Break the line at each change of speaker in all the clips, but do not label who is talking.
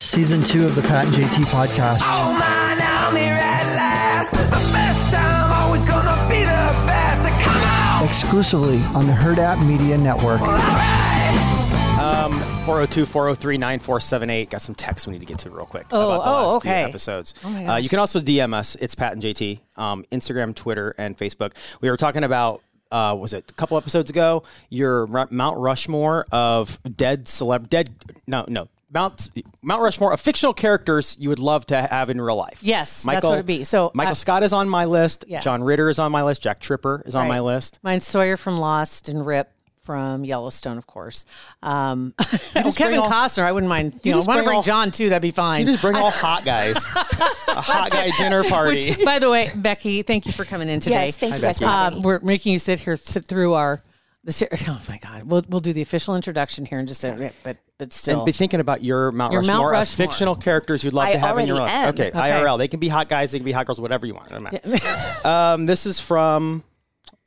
Season two of the Pat and JT podcast.
Oh man, I'm here at last. The best time, always gonna be the best. Come on!
Exclusively on the Herd App Media Network.
402 403 9478. Got some texts we need to get to real quick
Oh,
about the
oh,
last
okay.
few episodes.
my
uh,
gosh.
you can also DM us. It's Pat and JT, um, Instagram, Twitter, and Facebook. We were talking about, uh, was it a couple episodes ago? Your Ru- Mount Rushmore of dead celeb, dead, no, no. Mount Mount Rushmore of fictional characters you would love to have in real life.
Yes, that's what it'd be. So,
Michael
I-
Scott is on my list.
Yeah.
John Ritter is on my list. Jack Tripper is on my
Right.
list.
Mine's Sawyer from Lost and Rip from Yellowstone, of course. Um, oh, Kevin
bring all-
Costner, I wouldn't mind. You, know,
just
want to
bring
bring
all-
John too? That'd be fine.
You just bring all hot guys. a hot guy dinner party.
Which, by the way, Becky, thank you for coming in today.
Yes, thank
Hi,
you guys.
Becky.
for having
Um,
me.
we're making you sit here, sit through our. The ser- oh my God, we'll we'll do the official introduction here in just a minute, but but still,
And be thinking about your Mount
Your
Rushmore,
Mount
of
Rushmore.
fictional characters you'd love
I
to have in your
already
life.
am.
Okay, IRL. They can be hot guys, they can be hot girls, whatever you want. It doesn't matter. um, this is from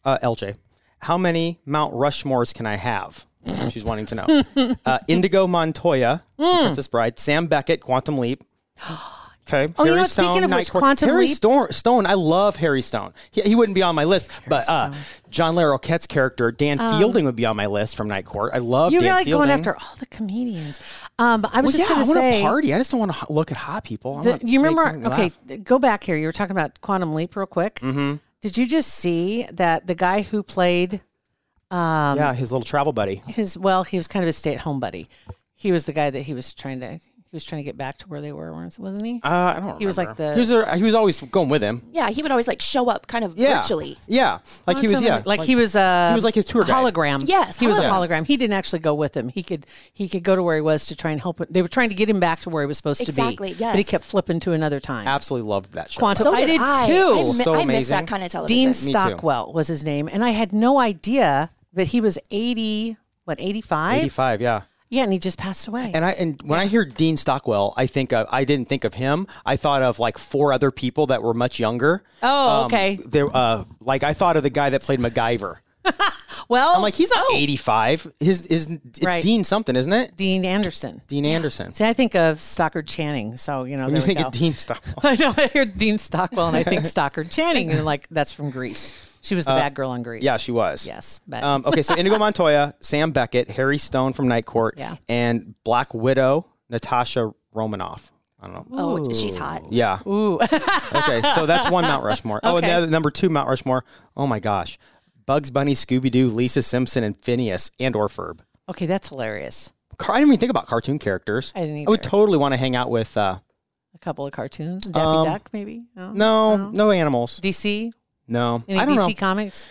uh, LJ. How many Mount Rushmores can I have? She's wanting to know. Uh, Indigo Montoya,
Hmm.
Princess Bride, Sam Beckett, Quantum Leap. Okay.
Oh, you know
Harry
what? Speaking
Stone,
of
Night
which,
Court-
Quantum
Harry
Leap-
Stone, Stone. I love Harry Stone. He, he wouldn't be on my list, but uh, John Larroquette's character Dan Fielding would be on my list from Night Court. I love
you're
Dan
Um, like
Fielding.
going after all the comedians. Um, I was
Well,
just
yeah,
going to
I want
say,
to party. I just don't want to look at hot people. I
The-
wanna
you
make
remember?
them
Okay,
laugh.
th- go back here. You were talking about Quantum Leap real quick. Mm-hmm. Did you just see that the guy who played um,
yeah, his little travel buddy.
his? Well, he was kind of a stay-at-home buddy. He was the guy that he was trying to. He was trying to get back to where they were, weren't- wasn't he?
Uh, I don't. Remember.
He was like the-
He was, there- he was always going with him.
yeah, he would always like show up kind of
Yeah.
virtually.
Yeah. Like he was.
Quantum
Yeah.
Leap. like, he was a.
he was like his tour guide.
hologram.
Yes,
he was a
hologram.
hologram. He didn't actually go with him. He could he could go to where he was to try and help. Him. They were trying to get him back to where he was supposed
Exactly,
to be. But he
yes.
kept flipping to another time.
Absolutely loved that show.
Quantum-
So
I
did
did
I.
too.
I, mi-
So
I miss
amazing.
that kind of television.
Dean
too.
Stockwell was his name, and I had no idea that he was eighty. What eighty five?
Eighty-five. Yeah.
Yeah, and he just passed away.
And I and when I hear Dean Stockwell, I think of, I didn't think of him. I thought of like four other people that were much younger.
Oh, okay.
There, uh, like I thought of the guy that played MacGyver.
well,
I'm like, he's not 85. His is it's
Oh, Right.
Dean something, isn't it?
Dean Anderson.
Dean Anderson.
See, I think of Stockard Channing, so you know.
When you
there we
think
go.
of Dean Stockwell.
I know. I hear Dean Stockwell, and I think Stockard Channing, and like that's from Greece. She was the bad girl in Greece.
Uh, Yeah, she was.
Yes, but
Um, okay, so Indigo Montoya, Sam Beckett, Harry Stone from Night Court,
Yeah.
and Black Widow, Natasha Romanoff. I don't know.
Oh, she's hot.
Yeah. Ooh. okay, so that's one Mount Rushmore. Oh, and the
Okay.
other, number two Mount Rushmore. Oh my gosh, Bugs Bunny, Scooby Doo, Lisa Simpson, and Phineas and or Ferb.
okay, that's hilarious.
Car- I didn't even think about cartoon characters.
I didn't
I would
either.
totally want to hang out with uh,
A couple of cartoons, Daffy
Um,
Duck, maybe.
no, no animals.
DC.
No,
Any
I don't
DC
know.
comics?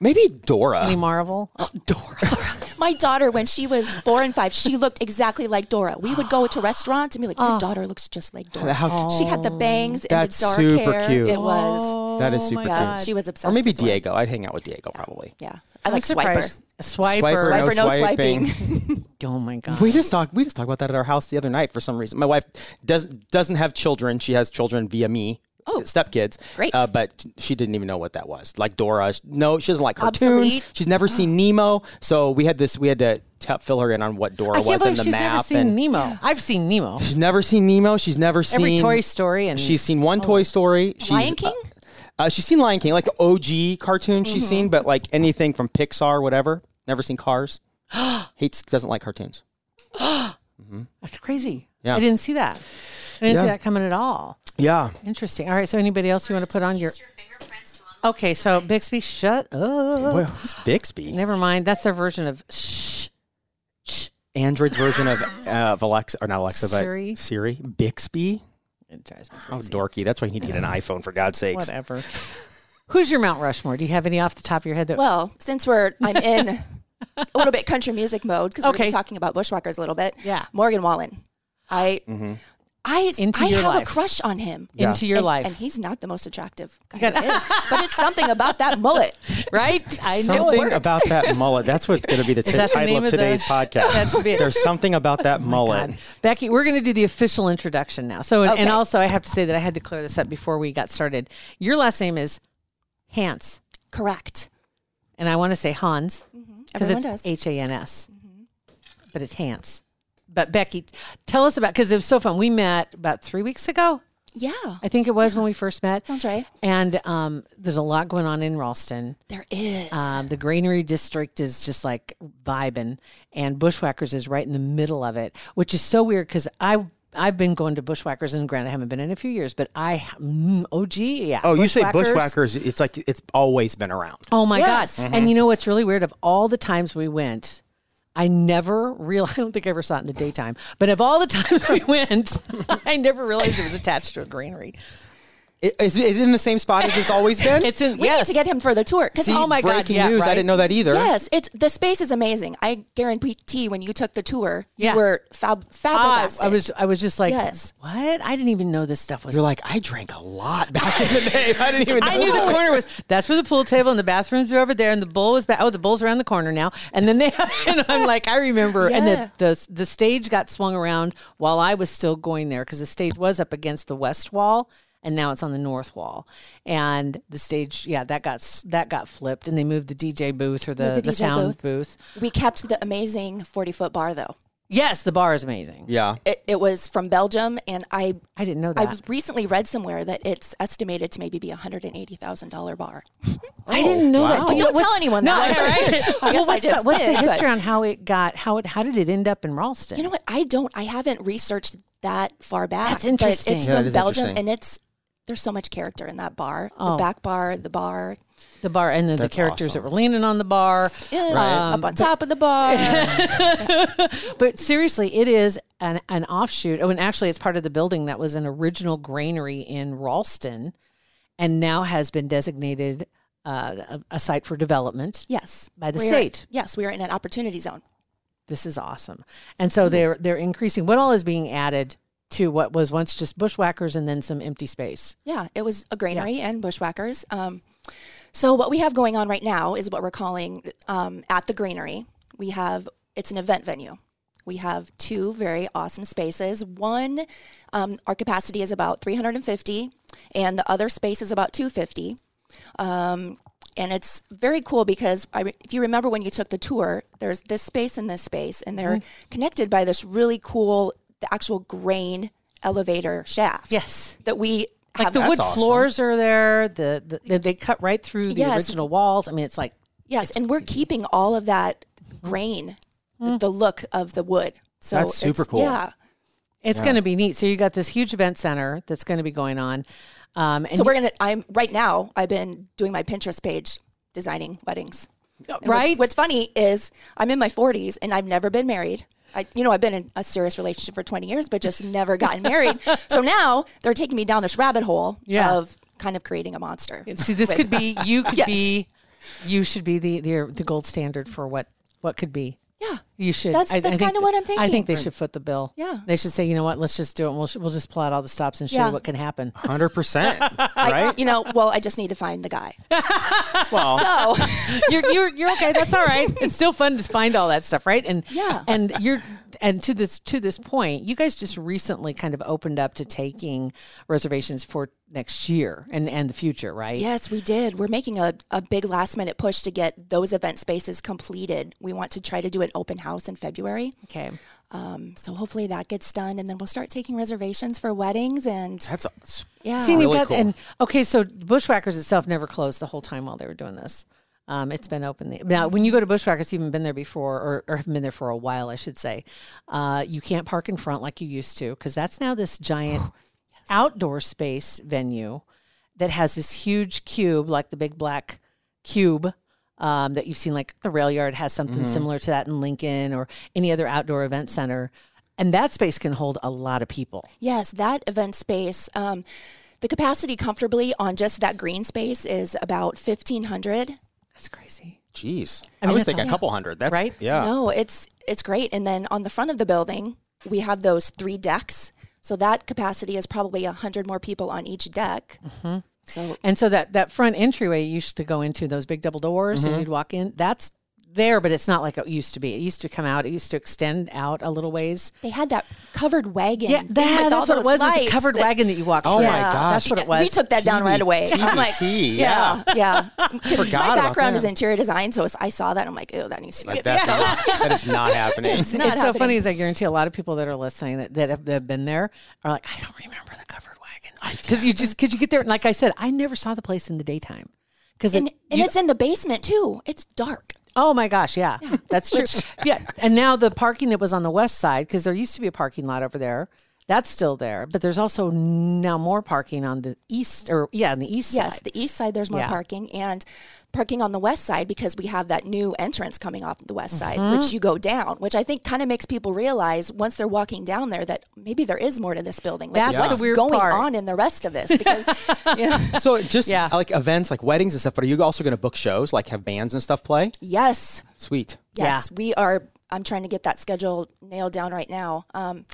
Maybe Dora.
Any Marvel?
Dora.
My daughter, when she was four and five, she looked exactly like Dora. We would go to restaurants and be like, "Your daughter looks just like Dora."
Oh. How-
she had the bangs and
That's
the dark
super
hair.
cute.
It was.
That is
Oh
super
my
cute.
Yeah,
God.
she was obsessed.
or maybe
with one.
Diego. I'd hang out with Diego probably.
Yeah, I
I'm
like Swiper.
surprised. Swiper.
Swiper,
Swiper, no
no swiping.
swiping.
Oh my god.
We just talked. We just talked about that at our house the other night for some reason. My wife doesn't doesn't have children. She has children via me.
Oh,
stepkids.
great.
Uh, but she didn't even know what that was. Like Dora. sh- No, she doesn't like cartoons.
Obsolete.
She's never seen Nemo. So we had this. We had to tap, fill her in on what Dora
I can't
was in
believe
the
she's
map.
never seen
and
Nemo. I've seen Nemo.
she's never seen Nemo. She's never seen
Every Toy Story Oh. and
She's seen one Toy Story. She's,
Lion King?
Uh, uh, she's seen Lion King, like the OG cartoon
Mm-hmm.
she's seen, but like anything from Pixar, whatever. Never seen Cars. Hates doesn't like cartoons.
That's crazy.
Yeah.
I didn't see that. I didn't see
Yeah.
that coming at all.
Yeah.
Interesting. All right. So anybody else you want to put on your?
Um,
Okay. So Bixby, shut up.
Well, Oh, who's Bixby?
Never mind. That's their version of shh. shh.
Android's version of, uh, of Alexa, or not Alexa, but
Siri.
Siri. Bixby.
It drives me
How
crazy.
dorky. That's why you need to get an iPhone, for God's sakes.
Whatever. Who's your Mount Rushmore? Do you have any off the top of your head that?
Well, since we're I'm in a little bit country music mode because we're
Okay.
gonna be talking about bushwhackers a little bit.
Yeah.
Morgan Wallen. I,
Mm-hmm.
I,
Into
I
your
have a
life.
crush on him.
into your
and,
life,
and he's not the most attractive guy there is, but it's something about that mullet.
right? I know it
Something
works.
about that mullet. That's what's going to be the
that the
title
name
of
of the-
today's podcast.
That should be it. Oh
There's something about that mullet.
God. Becky, we're going to do the official introduction now. So, and,
Okay.
and also, I have to say that I had to clear this up before we got started. Your last name is Hans,
Correct.
and I want to say Hans because
Mm-hmm. Everyone
it's
does. Mm-hmm.
H A N S, but it's Hans. But Becky, tell us about because it was so fun. We met about three weeks ago,
yeah,
I think it was when we first met.
Sounds right.
And um, there's a lot going on in Ralston.
there is.
Um, the Granary District is just like vibing, and Bushwhackers is right in the middle of it, which is so weird because I I've been going to Bushwhackers, and granted I haven't been in a few years, but I mm, OG yeah.
Oh, you say bushwhackers? It's like it's always been around.
Oh my
Yes.
god! And you
Mm-hmm.
know what's really weird? Of all the times we went. I never real. I don't think I ever saw it in the daytime, but of all the times we went, I never realized it was attached to a greenery.
It, is, is it in the same spot as it's always been?
It's in
we
yes.
need to get him for the tour. 'cause
See,
oh my God,
breaking
yeah,
news! I
right?
didn't know that either.
Yes, it's the space is amazing. I guarantee when you took the tour,
Yeah.
you were fab
Ah,
fabulous.
I was I was just like,
Yes.
what? I didn't even know this stuff was
You're like, I drank a lot back in the day. I didn't even. Know
I knew the corner was. That's where the pool table and the bathrooms are over there, and the bowl was. Ba- oh, the bowl's around the corner now. And then they, and I'm like, I remember. And
Yeah.
the, the the stage got swung around while I was still going there because the stage was up against the west wall, and now it's on the north wall. And the stage, yeah, that got s- that got flipped, and they moved the DJ booth or the,
Moved
the,
the DJ
sound booth.
we kept the amazing forty foot bar though.
Yes, the bar is amazing.
Yeah.
It, it was from Belgium, and I
I didn't know
I
that.
was recently read somewhere that it's estimated to maybe be a hundred and eighty thousand dollar bar.
I didn't know that.
wow.
Do
But
you know
don't
Oh, what's-
tell anyone
No,
that.
I know, right?
I
well,
guess I
what's, the,
just
what's the
did, but-
history on how it got how it how did it end up in Ralston?
You know what? I don't. I haven't researched that far back.
That's
but
interesting.
it's
Yeah,
that
from
is
Belgium,
interesting.
and it's there's so much character in that bar.
Oh.
The back bar, the bar,
the bar and then the
That's
characters
awesome.
that were leaning on the bar.
yeah, up
Um,
on top of the bar.
But seriously, it is an, an offshoot. Oh, and actually, it's part of the building that was an original granary in Ralston and now has been designated uh, a, a site for development.
yes,
By the
We are-
state.
Yes, we are in an opportunity zone.
This is awesome. And so they're, they're increasing what all is being added to what was once just bushwhackers and then some empty space.
Yeah, it was a granary and bushwhackers. Um, so what we have going on right now is what we're calling um, at the granary. We have it's an event venue. We have two very awesome spaces. One, um, our capacity is about 350, and the other space is about 250. Um, and it's very cool because I, re- if you remember when you took the tour, there's this space and this space, and they're
Mm-hmm.
connected by this really cool, the actual grain elevator shafts.
Yes.
That we
Like
have
the wood
awesome.
floors are there. The, the they- they cut right through the
Yes.
original walls. I mean, it's like
Yes, and we're keeping all of that grain,
Mm-hmm.
th- the look of the wood. So
That's super
it's-
cool.
Yeah.
it's going to be neat. So you got this huge event center that's going to be going on. Um, and
So we're gonna. I'm right now. I've been doing my Pinterest page, designing weddings. And what's-
right?
What's, funny is I'm in my 40s and I've never been married. I, you know, I've been in a serious relationship for 20 years, but just never gotten married. So now they're taking me down this rabbit hole
Yeah.
of kind of creating a monster.
See, this
with-
could be you could
Yes.
be you should be the, the the gold standard for what what could be.
Yeah.
You should.
That's- that's
think-
kinda what I'm
I think
thinking.
they should foot the bill.
Yeah.
They should say, you know what, let's just do it. and We'll sh- we'll just plot all the stops and show
Yeah.
you what can happen.
Hundred percent. Right.
You know, well, I just need to find the guy. Oh.
well,
So
you're, you're you're okay. That's all right. It's still fun to find all that stuff, right? And
Yeah.
and you're and to this to this point, you guys just recently kind of opened up to taking reservations for next year and and the future, right?
Yes, we did. We're making a, a big last minute push to get those event spaces completed. We want to try to do an open house in February.
Okay.
Um, so hopefully that gets done and then we'll start taking reservations for weddings and
that's a-
yeah.
See,
Really
we've got
cool.
and okay, so Bushwhackers itself never closed the whole time while they were doing this. Um, it's been open. the- Now, when you go to Bushwhackers, you haven't been there before, or, or haven't been there for a while, I should say. Uh, you can't park in front like you used to because that's now this giant outdoor space venue that has this huge cube, like the big black cube um, that you've seen, like the rail yard has something similar to that in Lincoln or any other outdoor event center. And that space can hold a lot of people.
Yes, that event space. Um, the capacity comfortably on just that green space is about 1500
That's crazy.
Jeez. I,
mean,
was
that's
thinking a
all-
couple hundred. That's
Right?
Yeah.
No, it's it's great. And then on the front of the building, we have those three decks. So that capacity is probably 100 more people on each deck. So
And so that that front entryway you used to go into those big double doors
Mm-hmm.
and you'd walk in. That's there, but it's not like it used to be. It used to come out. It used to extend out a little ways.
they had that covered wagon.
Yeah,
thing with
that,
all
that's what it
those
was. It was a
lights
covered
that-
wagon that you walked
Oh
through.
my gosh.
that's what it was.
We took that down right away. I'm like,
TBT.
yeah, yeah. 'Cause
Forgot
my
about
background is
that.
interior design, so it's- I saw that. I'm like, oh, that needs to be.
Like, that's not, that is not happening.
It's not
it's so
happening.
funny is I guarantee a lot of people that are listening that, that, have, that have been there are like, I don't remember the covered wagon because you just because you get there and like I said, I never saw the place in the daytime because
And, and it's in the basement too. It's dark.
Oh my gosh, yeah, that's true. yeah, and now the parking that was on the west side because there used to be a parking lot over there. That's still there, but there's also now more parking on the east or yeah, on the east
Yes,
side.
the east side there's more
Yeah.
parking and parking on the west side because we have that new entrance coming off the west side,
Mm-hmm.
which you go down, which I think kind of makes people realize once they're walking down there that maybe there is more to this building. Like
That's the
what's
weird
going
part.
on in the rest of this because you know,
So just
Yeah.
like events, like weddings and stuff. But are you also going to book shows, like have bands and stuff play?
yes,
Sweet.
Yes, we are. I'm trying to get that schedule nailed down right now. Um,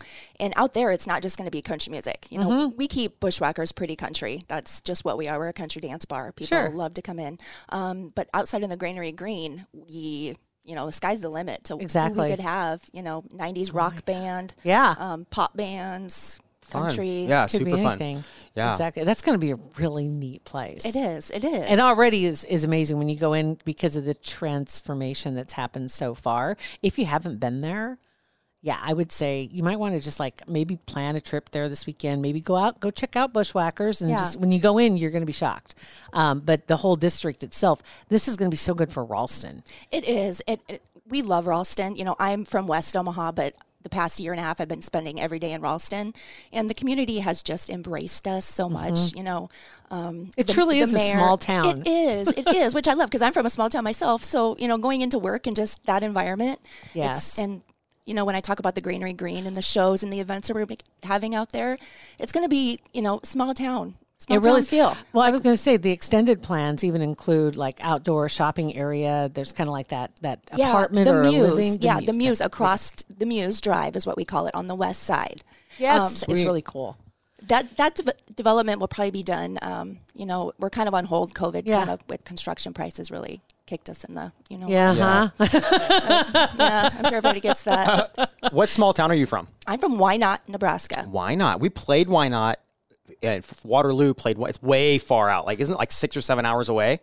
and out there, it's not just going to be country music. You know,
Mm-hmm.
we keep Bushwhackers pretty country. That's just what we are. We're a country dance bar. People
Sure.
love to come in. Um, but outside in the Granary Green, we, you know, the sky's the limit to who
Exactly. Oh
we could have. You know, 90s rock band,
Yeah.
um, pop bands,
Fun.
country.
Yeah,
Could
super
be
fun.
anything.
Yeah.
exactly. That's going to be a really neat place.
it is. It is.
And already is, is amazing when you go in because of the transformation that's happened so far. If you haven't been there, yeah, I would say you might want to just like maybe plan a trip there this weekend. Maybe go out, go check out Bushwhackers, and
Yeah.
just when you go in, you're going to be shocked. Um, but the whole district itself, this is going to be so good for Ralston.
It is. It, it we love Ralston. You know, I'm from West Omaha, but the past year and a half I've been spending every day in Ralston, and the community has just embraced us so much. You know, um,
Mm-hmm. It truly is a small town.
It is. It is, which I love because I'm from a small town myself. So you know, going into work and just that environment. it's-
Yes.
and you know, when I talk about the greenery green and the shows and the events that we're be- having out there, it's going to be you know small town. Small
it really
town feel.
Well, I was going to say the extended plans even include like outdoor shopping area. There's kind of like that that apartment
the
or
Muse.
a living.
yeah, the
Muse.
Muse across the Muse Drive is what we call it on the west side. Um,
Yes, it's
Sweet.
really cool.
that that de- development will probably be done. Um, you know, we're kind of on hold. COVID
Yeah.
kind of with construction prices really kicked us in the. You know,
Yeah,
Yeah.
huh?
yeah, I'm sure everybody gets that.
What small town are you from?
I'm from Why Not, Nebraska.
Why not? We played Why Not. And Waterloo played. It's way far out. Like, isn't it like six or seven hours away?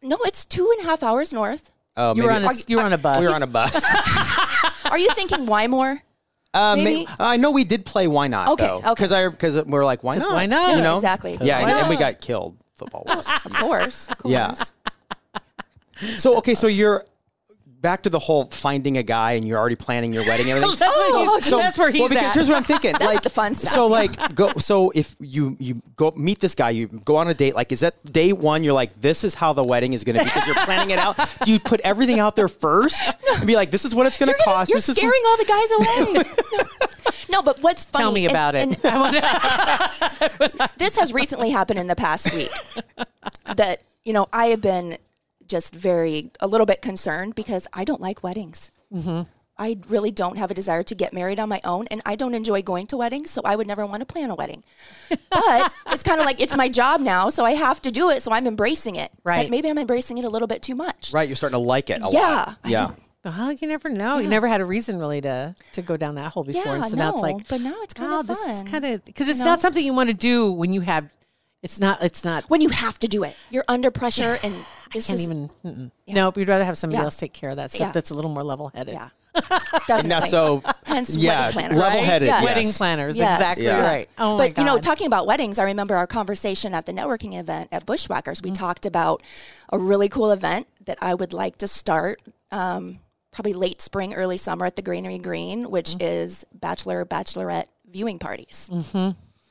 No, it's two and a half hours north.
Oh,
you were on a,
we
you were on a bus.
were on a bus.
Are you thinking Wymore?
Uh,
Um,
may-
Maybe-
I know we did play Why Not
Okay,
though,
okay.
because I because we were like Why not?
why not?
You
Yeah,
know
exactly.
Yeah,
Why
and, and we
not?
got killed football wise.
Of course, of course.
Yeah. so okay, so you're back to the whole finding a guy and you're already planning your wedding and everything.
That's what he's- that's where
well,
he's
because
at.
here's what I'm thinking. like
the fun stuff,
So like go so if you you go meet this guy, you go on a date, like is that day one you're like, this is how the wedding is gonna be because you're planning it out. Do you put everything out there first and be like, this is what it's gonna
You're, gonna-
cost?
you're
this is
scaring all the guys away. no. No, but what's funny?
Tell me
and-
about
and-
it. I wanna-
this has recently happened in the past week that you know i have been just very a little bit concerned because i don't like weddings
Mm-hmm.
i really don't have a desire to get married on my own and i don't enjoy going to weddings so i would never want to plan a wedding but it's kind of like it's my job now so i have to do it so i'm embracing it
Right.
but maybe i'm embracing it a little bit too much
Right, you're starting to like it a
Yeah,
lot.
I
Yeah.
know.
Well, you never know. You never had a reason really to to go down that hole before. and
Yeah,
so now it's
no,
like,
but now it's kinda
wow, This is
fun,
kind of because
you
it's not
know?
something you want to do when you have. It's not. It's not.
when you have to do it you're under pressure and this
Can't
is
even. Mm-mm. Nope. You'd rather have somebody
Yeah.
else take care of that stuff.
Yeah.
That's a little more level headed.
yeah definitely
Now so
Hence
yeah,
wedding planner.
level-headed.
Right? Yes.
Wedding
yes.
planners.
Yes.
Exactly
Yeah.
right. Oh my
but
god.
you know, talking about weddings, I remember our conversation at the networking event at Bushwhackers.
Mm.
We talked about a really cool event that I would like to start um, probably late spring, early summer at the Greenery Green, which
Mm.
is bachelor bachelorette viewing parties.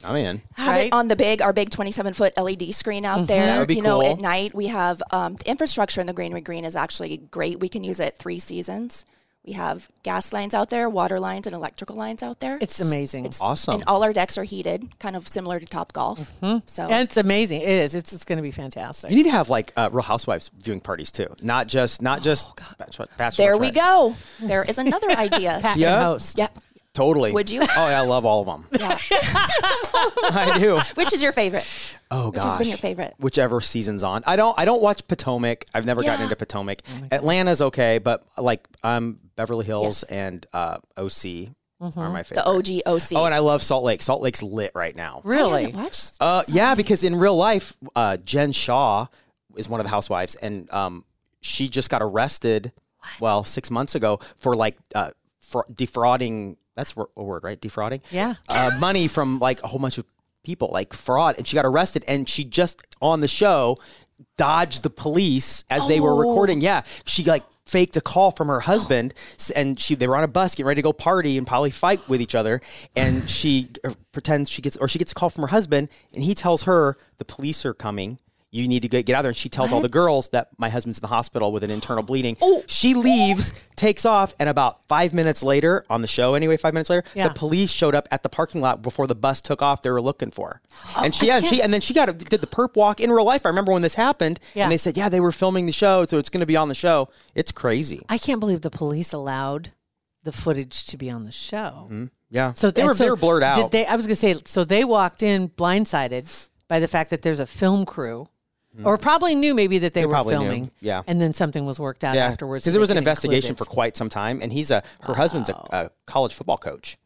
I'm in.
Have
Right.
it on the big, our big 27 foot LED screen out there.
Mm-hmm. That would be
you know,
cool.
at night we have um, the infrastructure in the Greenery Green is actually great. We can use it three seasons. We have gas lines out there, water lines, and electrical lines out there.
it's amazing. It's,
Awesome. Mm-hmm.
and all our decks are heated, kind of similar to Top Golf. So
amazing. It is. It's it's going to be fantastic.
You need to have like uh, Real Housewives viewing parties too, not Oh, just not just bachelor, bachelor.
there we go. There is another idea.
Pack
Yeah.
and host.
Yep.
Totally.
Would you?
Oh, yeah, I love all of them.
Yeah.
I do.
Which is your favorite?
Oh gosh.
has been your favorite?
Whichever season's on. I don't I don't watch Potomac. I've never gotten
Yeah.
into Potomac. Atlanta's okay, but like um Beverly Hills and uh OC are my favorite.
Mm-hmm. The OG OC.
Oh, and I love Salt Lake. Salt Lake's lit right now.
I
Really?
haven't watched.
Uh yeah, because in real life, uh Jen Shaw is one of the housewives and um she just got arrested well, 6 months ago for like uh for defrauding that's wor- a word, right? Defrauding?
Yeah.
uh, money from like a whole bunch of people, like fraud, and she got arrested. And she just on the show dodged the police as they were recording. Yeah, she like faked a call from her husband, s- and she they were on a bus getting ready to go party and probably fight with each other. And she uh, pretends she gets or she gets a call from her husband, and he tells her the police are coming. You need to get, get out there. And she tells all the girls that my husband's in the hospital with an internal bleeding. She leaves, takes off, and about five minutes later, on the show anyway, five minutes later,
Yeah.
the police showed up at the parking lot before the bus took off. They were looking for
Oh,
her, and she yeah, and she and then she got a, did the perp walk in real life. I remember when this happened,
Yeah.
and they said, yeah, they were filming the show, so it's going to be on the show. It's crazy.
I can't believe the police allowed the footage to be on the show.
Yeah,
So
they were
and so
they were blurred out.
Did they? I was gonna say. So they walked in blindsided by the fact that there's a film crew, or probably knew maybe that they, were
Hmm. probably knew,
filming.
yeah.
and then something was worked out
yeah,
afterwards so
because there
they
was an
can include
investigation
it.
for quite some time, and he's a her husband's a, a college football coach.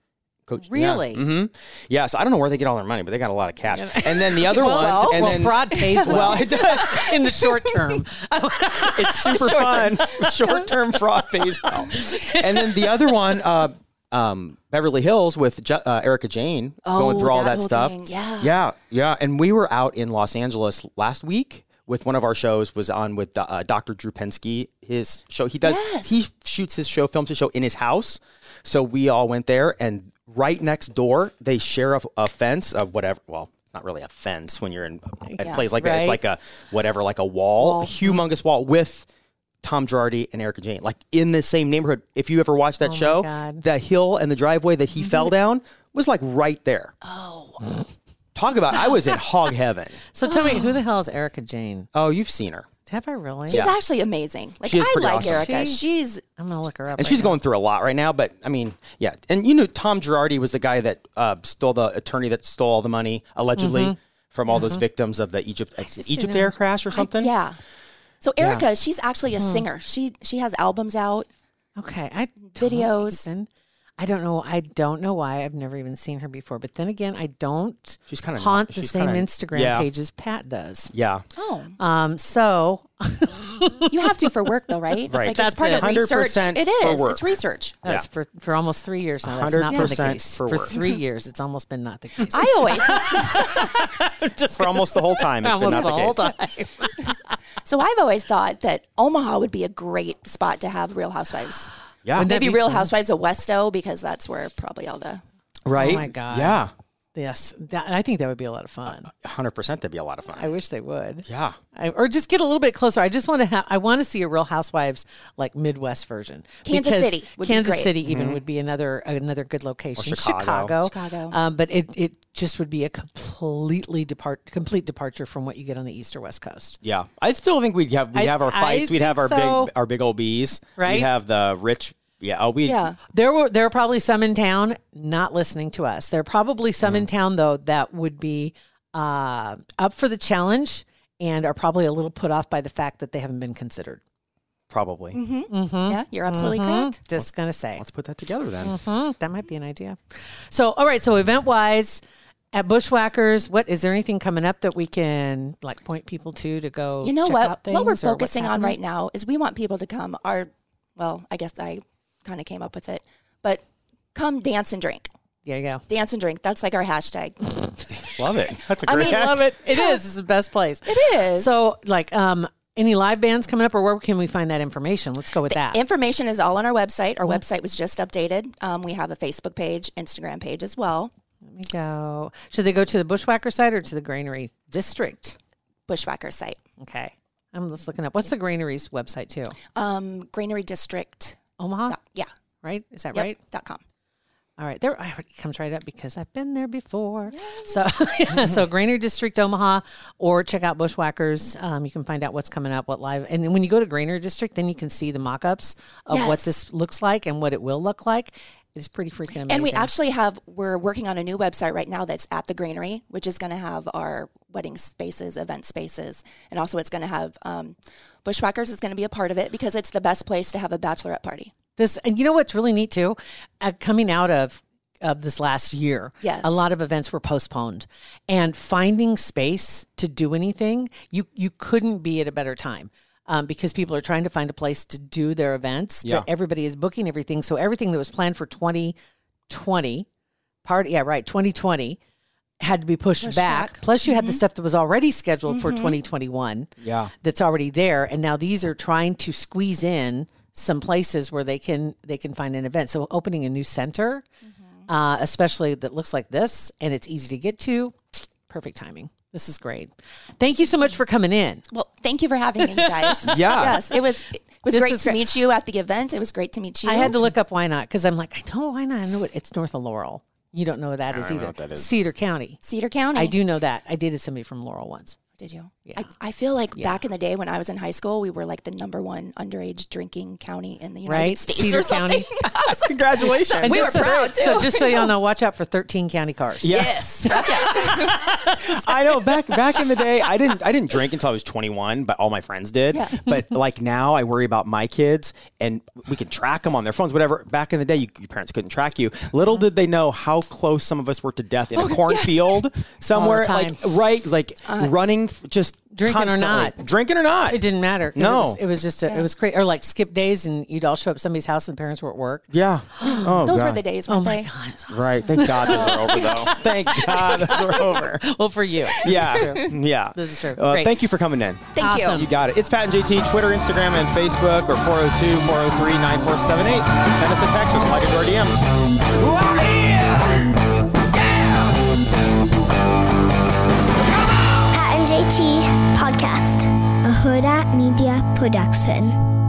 Coach,
Really?
hmm Yeah, so I don't know where they get all their money, but they got a lot of cash. And then the other
Well,
one,
well, oh,
and
well,
then
fraud pays well,
Well, it does.
in the short term.
it's super fun. Short term fraud pays well. And then the other one, uh, um, Beverly Hills with Ju- uh, Erica Jane going
Oh,
through all
that
that
whole
stuff.
thing, yeah.
yeah, yeah. And we were out in Los Angeles last week with one of our shows was on with uh, Dr. Drew Pensky. His show he does
Yes.
he shoots his show, films his show in his house. So we all went there and. Right next door, they share a, a fence of whatever. Well, not really a fence when you're in at
Yeah.
places like that. It's like
Right.
a whatever, like a wall, a humongous wall with Tom Girardi and Erica Jane, like in the same neighborhood. If you ever watched that show,
God.
the hill and the driveway that he fell down was like right there. Oh, talk about! I was in hog heaven.
So tell me, who the hell is Erica Jane?
Oh, you've seen her,
Have I really?
She's actually amazing. Like
She is
I
pretty
like
awesome.
Erica.
She-
She's
I'm gonna look her up.
and
right
she's
now.
going through a lot right now. But I mean, yeah, and you knew Tom Girardi was the guy that uh, stole the attorney that stole all the money allegedly
Mm-hmm.
from all those victims of the Egypt Egypt air crash or something. Mm-hmm.
yeah. So Erica, she's actually a singer. She she has albums out.
Okay, I
Videos.
Don't even- I don't know. I don't know why I've never even seen her before. But then again, I don't.
She's kinda not-
haunt the
she's
same
kinda-
Instagram
yeah.
page as Pat does.
yeah.
Oh,
Um. So
you have to for work though, right?
Right.
Like
That's
it's part
it.
of research.
100%
It
for
is.
work.
It's research.
That was
Yeah.
for, for almost three years now. That's not been the
100%
case.
for
For,
work.
three years, it's almost been not the case.
I always.
For almost the whole time, it's been not
almost the,
the
whole
case.
time.
so I've always thought that Omaha would be a great spot to have Real Housewives.
Yeah,
Maybe Real Housewives of Westo because that's where probably all the
right?
oh my God.
Yeah,
Yes, that, I think that would be a lot of fun.
hundred percent. That'd be a lot of fun.
I wish they would.
yeah.
I, or just get a little bit closer. I just want to have. I want to see a Real Housewives like Midwest version.
Kansas
Because
City would be
Kansas
great.
City even would be another another good location.
Chicago.
Mm-hmm. Chicago.
Chicago.
Um, but it it just would be a completely depart complete departure from what you get on the East or West Coast.
Yeah, I still think we'd have we'd
I-
have our
I
fights. We'd have our
think so.
big our big old bees.
Right?
We'd have the rich. Yeah. Oh, we.
yeah.
There were there are probably some in town not listening to us. There are probably some
Mm.
in town though that would be uh, up for the challenge and are probably a little put off by the fact that they haven't been considered.
probably.
Mm-hmm.
Yeah, you're absolutely correct.
Just gonna say
Let's put that together then.
Mhm, that might be an idea. So all right, so event wise. At Bushwhackers, what is there anything coming up that we can like point people to to go?
You know
check out
what? What we're
things or what's
focusing on
happening?
right now is we want people to come. Our, well, I guess I kind of came up with it, but come dance and drink.
There you go.
Dance and drink. That's like our hashtag.
Love it. That's a
I
great.
mean, love it. It is. It's the best place. It
is.
So, like, um, any live bands coming up, or where can we find that information? Let's go with that.
Information is all on our website.
Mm-hmm.
Our website was just updated. Um, we have a Facebook page, Instagram page as well.
Let me go. Should they go to the Bushwhacker site or to the Granary District?
Bushwhacker site.
Okay. I'm just looking up. What's the Granary's website too?
Um, Granary District.
Omaha,
Dot, yeah.
right? Is that
Yep,
right?
Dot com.
All right, there I- it comes right up because I've been there before. So, yeah, so Granary District Omaha, or check out Bushwhackers. Um, you can find out what's coming up, what live, and then when you go to Granary District, then you can see the mock-ups of what
Yes.
this looks like and what it will look like. It's pretty freaking amazing.
And we actually have we're working on a new website right now that's at the Granary, which is going to have our wedding spaces, event spaces, and also it's going to have um, Bushwhackers is going to be a part of it because it's the best place to have a bachelorette party.
This and you know what's really neat too, uh, coming out of of this last year,
Yes.
a lot of events were postponed, and finding space to do anything, you you couldn't be at a better time. Um, because people are trying to find a place to do their events,
Yeah.
but everybody is booking everything. So everything that was planned for 2020, part yeah right, 2020 had to be pushed back.
back.
Plus, you had the stuff that was already scheduled for 2021
Yeah.
that's already there and now these are trying to squeeze in some places where they can they can find an event so opening a new center uh, especially that looks like this and it's easy to get to perfect timing this is great thank you so much for coming in
Well, thank you for having me, you guys.
Yeah.
Yes, it was it was
This
great
is
to
great.
meet you at the event. It was great to meet you.
i had to look up why not because i'm like i know why not i know it it's north of laurel you don't know what that is either cedar county
Cedar County.
i do know that i dated somebody from laurel once
Did you? I, I feel like back in the day when I was in high school, we were like the number one underage drinking county in the United
Right?
States
Cedar
or something.
Congratulations.
And
we were
just so-
proud too.
so just so y'all know watch out for 13 county cars
yes.
I know back back in the day, I didn't I didn't drink until I was 21, but all my friends did.
Yeah.
But like now, I worry about my kids, and we can track them on their phones, whatever. Back in the day, you, your parents couldn't track you. Little did they know how close some of us were to death in a cornfield somewhere,
time.
like right, like running, f- just
Drinking or
constantly.
not.
drinking or not.
It didn't matter. 'cause
No.
it was, it was just a, it was crazy. Or like skip days, and you'd all show up at somebody's house, and the parents were at work.
Yeah. Oh,
Those
God.
were the days, weren't they?
Right. Thank God those are over, though. Thank God those are over.
Well, for you,
Yeah. Yeah.
This is true.
Uh,
Great.
thank you for coming in.
Thank you.
Awesome.
You got it. It's Pat and JT, Twitter, Instagram, and Facebook, or 402 403 9478. Send us a text or slide into our DMs.
Pat and JT Podcast, a Huda Media Production.